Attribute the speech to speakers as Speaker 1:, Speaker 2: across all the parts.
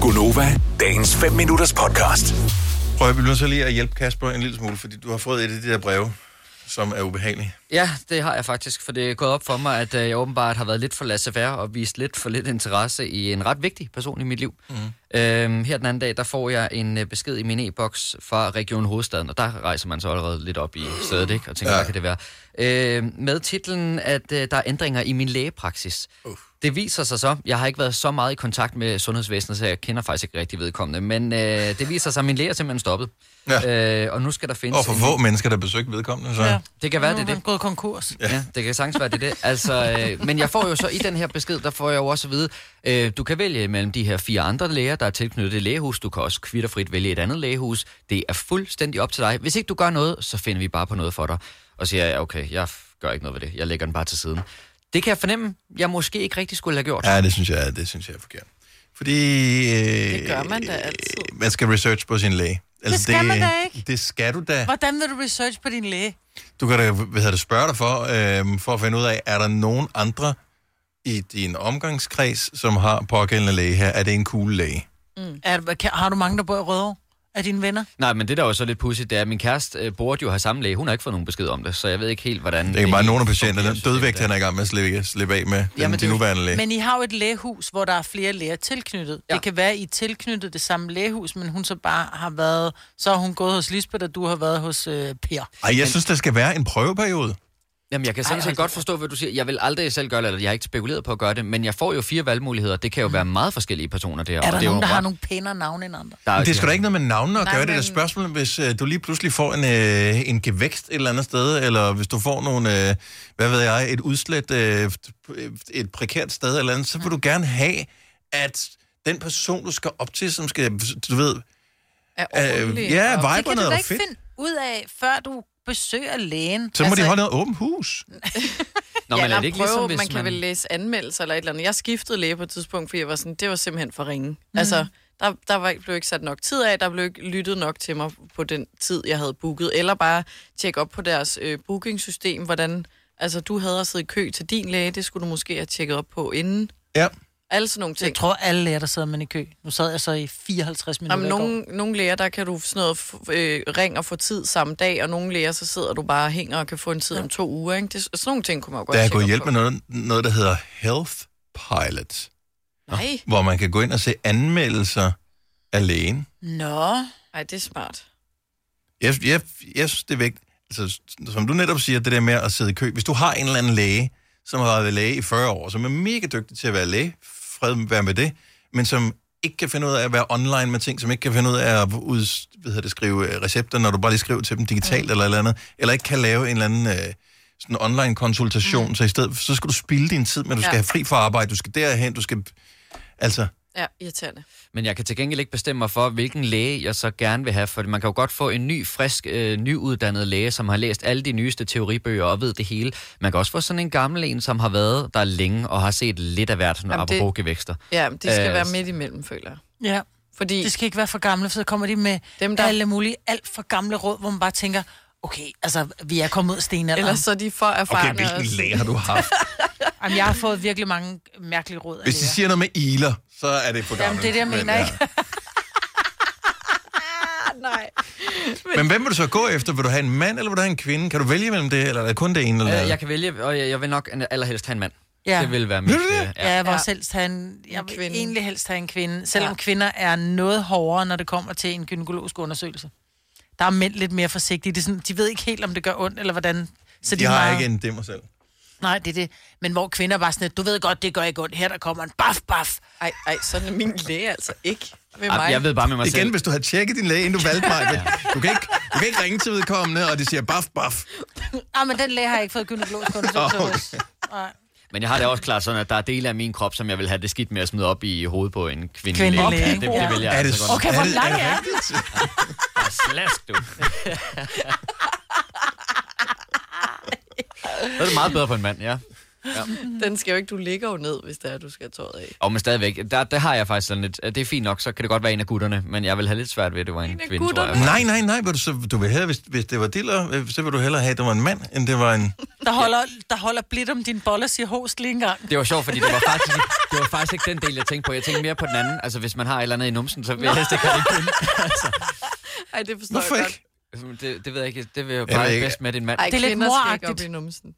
Speaker 1: Gunova, dagens 5 minutters podcast.
Speaker 2: Prøv at vi bliver så lige at hjælpe Kasper en lille smule, fordi du har fået et af de der breve, som er ubehagelige.
Speaker 3: Ja, det har jeg faktisk, for det er gået op for mig, at øh, jeg åbenbart har været lidt for laissez og vist lidt for lidt interesse i en ret vigtig person i mit liv. Mm. Øhm, her den anden dag, der får jeg en øh, besked i min e-boks fra Region Hovedstaden, og der rejser man så allerede lidt op i stedet, ikke? Og tænker, ja. hvad kan det være? Øhm, med titlen, at øh, der er ændringer i min lægepraksis. Uh. Det viser sig så, jeg har ikke været så meget i kontakt med sundhedsvæsenet, så jeg kender faktisk ikke rigtig vedkommende, men øh, det viser sig, at min læge er simpelthen stoppet. Ja. Øh, og nu skal der findes...
Speaker 2: Og for
Speaker 3: en-
Speaker 2: få mennesker, der besøgte vedkommende, så... Ja.
Speaker 3: Det kan være,
Speaker 4: Nu
Speaker 3: det er
Speaker 4: er
Speaker 3: det.
Speaker 4: han gået konkurs.
Speaker 3: Ja. ja, det kan sagtens være, det er det. Altså, øh, men jeg får jo så i den her besked, der får jeg jo også at vide, øh, du kan vælge mellem de her fire andre læger, der er tilknyttet det lægehus. Du kan også kvitterfrit vælge et andet lægehus. Det er fuldstændig op til dig. Hvis ikke du gør noget, så finder vi bare på noget for dig. Og siger jeg, okay, jeg f- gør ikke noget ved det. Jeg lægger den bare til siden. Det kan jeg fornemme, jeg måske ikke rigtig skulle have gjort.
Speaker 2: ja, det synes jeg, det synes jeg er forkert. Fordi... Øh,
Speaker 4: Det gør man da altid.
Speaker 2: øh, Man skal research på sin læge. Altså,
Speaker 4: skal man da ikke.
Speaker 2: Det skal du da.
Speaker 4: Hvordan vil du research på din læge?
Speaker 2: Du kan da hvad hedder det, spørge dig for, øh, for at finde ud af, er der nogen andre i din omgangskreds, som har pågældende læge her? Er det en cool læge?
Speaker 4: Er, kan, har du mange, der bor i Rødovre? Af dine venner?
Speaker 3: Nej, men det der er jo så lidt pudsigt, det er, at min kæreste øh, burde jo have samme læge. Hun har ikke fået nogen besked om det, så jeg ved ikke helt, hvordan...
Speaker 2: Det er bare nogle af patienterne.
Speaker 3: fungerer,
Speaker 2: Dødvægt,
Speaker 3: systemet
Speaker 2: han er i gang med at slippe, slippe af med den,
Speaker 3: Jamen, det
Speaker 2: de
Speaker 3: er jo-
Speaker 2: nuværende læge.
Speaker 4: Men I har jo et lægehus, hvor der er flere læger tilknyttet.
Speaker 3: Ja.
Speaker 4: Ja. Det kan være, at I er tilknyttet det samme lægehus, men hun så bare har været... Så har hun gået hos Lisbeth, og du har været hos øh, Per.
Speaker 2: Ej, jeg synes, der skal være en prøveperiode.
Speaker 3: Jamen, jeg kan sådan set godt forstå, hvad du siger. Jeg vil aldrig selv gøre det, eller jeg har ikke spekuleret på at gøre det, men jeg får jo fire valgmuligheder. Det kan jo være meget forskellige personer, det her.
Speaker 4: Er
Speaker 3: og
Speaker 4: der
Speaker 3: det jo
Speaker 4: nogen, der har
Speaker 3: ret-
Speaker 4: nogle pænere navne end andre?
Speaker 3: Der er,
Speaker 2: Men det er sgu da ikke noget med navnene at
Speaker 4: Nej,
Speaker 2: gøre. Det er da
Speaker 4: men-
Speaker 2: spørgsmål, hvis øh, du lige pludselig får en, øh, en gevækst et eller andet sted, eller hvis du får nogle, øh, hvad ved jeg, et udslet, øh, et prekært sted eller andet, så vil du gerne have, at den person, du skal op til, som skal, du ved,
Speaker 5: er
Speaker 2: Øh,
Speaker 5: ordentlig.
Speaker 2: ja,
Speaker 5: Og-
Speaker 2: viberne
Speaker 5: Det kan du
Speaker 2: er
Speaker 5: da ikke
Speaker 2: fedt.
Speaker 5: finde.
Speaker 4: Ud af, før du besøger lægen.
Speaker 2: så må altså, de
Speaker 5: Altså-
Speaker 2: holde noget åbent hus.
Speaker 3: Nå, men
Speaker 5: ja,
Speaker 3: er det ikke
Speaker 5: prøve,
Speaker 3: ligesom, hvis
Speaker 5: man kan vel læse anmeldelser eller et eller andet. Jeg skiftede læge på et tidspunkt, fordi jeg var sådan, det var simpelthen for ringe. Mm. Altså, der, der var, blev ikke sat nok tid af, der blev ikke lyttet nok til mig på den tid, jeg havde booket. Eller bare tjekke op på deres øh, bookingsystem, hvordan... Altså, du havde at sidde i kø til din læge, det skulle du måske have tjekket op på inden.
Speaker 2: Ja.
Speaker 5: Alle sådan nogle ting.
Speaker 4: Jeg tror, alle læger, der sidder man i kø. Nu sad jeg så i 54 minutter
Speaker 5: Jamen,
Speaker 4: i går.
Speaker 5: nogle, nogle læger, der kan du sådan noget, f- øh, ring og få tid samme dag, og nogle læger, så sidder du bare og hænger og kan få en tid ja. om to uger. Ikke? Det, sådan nogle ting kunne man jo godt
Speaker 2: Der er
Speaker 5: tjekke
Speaker 2: gået
Speaker 5: op
Speaker 2: hjælp
Speaker 5: på.
Speaker 2: med noget, noget, der hedder Health Pilot,
Speaker 5: Nej,
Speaker 2: hvor man kan gå ind og se anmeldelser af lægen.
Speaker 4: Nå,
Speaker 5: Ej, det er smart.
Speaker 2: Jeg, jeg, jeg synes, det er vigtigt. Altså, som du netop siger, det der med at sidde i kø. Hvis du har en eller anden læge, som har været læge i 40 år, som er mega dygtig til at være læge, fred være med det, men som ikke kan finde ud af at være online med ting, som ikke kan finde ud af at ud, hvad hedder det, skrive øh, recepter, når du bare lige skriver til dem digitalt mm. eller et eller andet, eller ikke kan lave en eller anden øh, sådan online konsultation, mm. så i stedet så skal du spilde din tid, men du ja.
Speaker 5: Ja.
Speaker 2: skal have fri fra arbejde, du skal derhen, du skal... Altså,
Speaker 5: Ja, irriterende.
Speaker 3: Men jeg kan til gengæld ikke bestemme mig for, hvilken læge jeg så gerne vil have, for man kan jo godt få en ny, frisk, øh, nyuddannet læge, som har læst alle de nyeste teoribøger og ved det hele. Man kan også få sådan en gammel en, som har været der længe og har set lidt af hvert, når
Speaker 5: Jamen, det-
Speaker 3: apropos gevækster.
Speaker 5: Ja, men det skal
Speaker 3: Øh,
Speaker 5: øh, være midt imellem, føler jeg.
Speaker 4: ja.
Speaker 5: Fordi,
Speaker 4: De skal ikke være for gamle, for så kommer de med
Speaker 5: Dem,
Speaker 4: Dem,
Speaker 5: der-
Speaker 4: der... alle mulige alt for gamle råd, hvor man bare tænker, okay, altså, vi er kommet ud af stenalderen.
Speaker 5: ellers så er de for
Speaker 2: okay,
Speaker 5: erfarne.
Speaker 2: hvilken
Speaker 5: også.
Speaker 2: læge har du haft?
Speaker 4: Jamen, jeg har fået virkelig mange mærkelige råd af
Speaker 2: Hvis de
Speaker 4: læger.
Speaker 2: siger noget med iler, så er det for
Speaker 4: Jamen,
Speaker 2: gammelt.
Speaker 4: det er det, jeg
Speaker 2: Men,
Speaker 4: mener,
Speaker 2: ja.
Speaker 4: ikke?
Speaker 5: Nej.
Speaker 2: Men hvem vil du så gå efter? Vil du have en mand, eller vil du have en kvinde? Kan du vælge mellem det, eller er det kun det ene? Eller?
Speaker 3: Øh, jeg kan vælge, og jeg, jeg vil nok allerhelst have en mand.
Speaker 4: Ja.
Speaker 3: Det vil være mit...
Speaker 2: Vil du det?
Speaker 3: øh,
Speaker 4: Ja, jeg vil
Speaker 5: Ja.
Speaker 4: også helst have en, jeg
Speaker 5: En
Speaker 4: vil
Speaker 5: kvinde.
Speaker 4: egentlig helst have en kvinde, selvom
Speaker 5: Ja.
Speaker 4: ja. kvinder er noget hårdere, når det kommer til en gynækologisk undersøgelse. Der er mænd lidt mere forsigtige. Det er sådan, de ved ikke helt, om det gør ondt, eller hvordan. Så
Speaker 2: jeg
Speaker 4: er
Speaker 2: har
Speaker 4: meget-
Speaker 2: ikke en dimmer selv.
Speaker 4: Nej, det er det. Men hvor kvinder bare sådan lidt, du ved godt, det gør ikke ondt. Her der kommer en baf, baf.
Speaker 5: Ej, ej, sådan er min læge altså ikke ved
Speaker 3: Ej,
Speaker 5: mig.
Speaker 3: Jeg ved bare med mig
Speaker 2: Igen,
Speaker 3: selv.
Speaker 2: hvis du havde tjekket din læge, inden du valgte mig. ja. du, kan ikke, du kan ikke ringe til vedkommende, og de siger baf, baf.
Speaker 4: Ah, men den læge har jeg ikke fået gynækologisk undersøgelse
Speaker 2: Åh, okay.
Speaker 4: hos. Nej.
Speaker 3: Men jeg har det også klart sådan, at der er dele af min krop, som jeg vil have det skidt med at smide op i hovedet på en kvindelig læge.
Speaker 4: Kvindelig læge.
Speaker 3: Det, det vil jeg
Speaker 2: er det,
Speaker 3: altså godt.
Speaker 4: Okay, hvor
Speaker 2: det-
Speaker 4: lang
Speaker 2: det
Speaker 4: er
Speaker 2: rigtigt?
Speaker 3: Bare Slask, du. Så er det meget bedre på en mand, ja.
Speaker 5: Den skal jo ikke, du ligger jo ned, hvis det er, du skal have tøjet af.
Speaker 3: Og men stadigvæk, der, der har jeg faktisk sådan lidt, det er fint nok, så kan det godt være en af gutterne, men jeg vil have lidt svært ved, at det var en,
Speaker 5: En af
Speaker 3: kvinde, tror jeg.
Speaker 5: gutterne?
Speaker 2: Nej, nej, nej. Vil du, så, du vil hellere, hvis, hvis det var diller, øh, så vil du hellere have, at det var en mand, end det var en...
Speaker 4: Der holder, der holder blidt om din bolle og siger host lige en gang.
Speaker 3: Det var sjovt, fordi det var faktisk, det var faktisk ikke den del, jeg tænkte på. Jeg tænkte mere på den anden. Altså, hvis man har et eller andet i numsen, så vil jeg helst ikke have det kun.
Speaker 5: Ej, det forstår
Speaker 2: Hvorfor
Speaker 5: jeg
Speaker 2: ikke?
Speaker 5: godt.
Speaker 3: Det, det ved jeg ikke. Det vil jeg
Speaker 2: Jeg
Speaker 3: bare
Speaker 2: ved ikke.
Speaker 3: bedst med din mand.
Speaker 5: Ej,
Speaker 4: Det er lidt
Speaker 5: kvinder skal ikke op
Speaker 4: moragtigt.
Speaker 5: i numsen.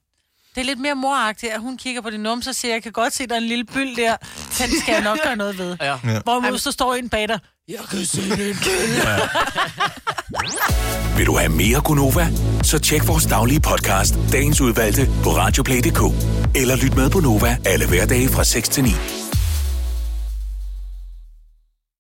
Speaker 4: Det er lidt mere moragtigt, at hun kigger på din numse og siger, jeg kan godt se, der er en lille byld der. Den skal jeg nok gøre noget ved.
Speaker 3: Ja.
Speaker 4: Hvorimod så står en bag dig.
Speaker 1: Vil du have mere Gunova? Så tjek vores daglige podcast, dagens udvalgte, på radioplay.dk. Eller lyt med på Nova alle hverdage fra 6 til 9.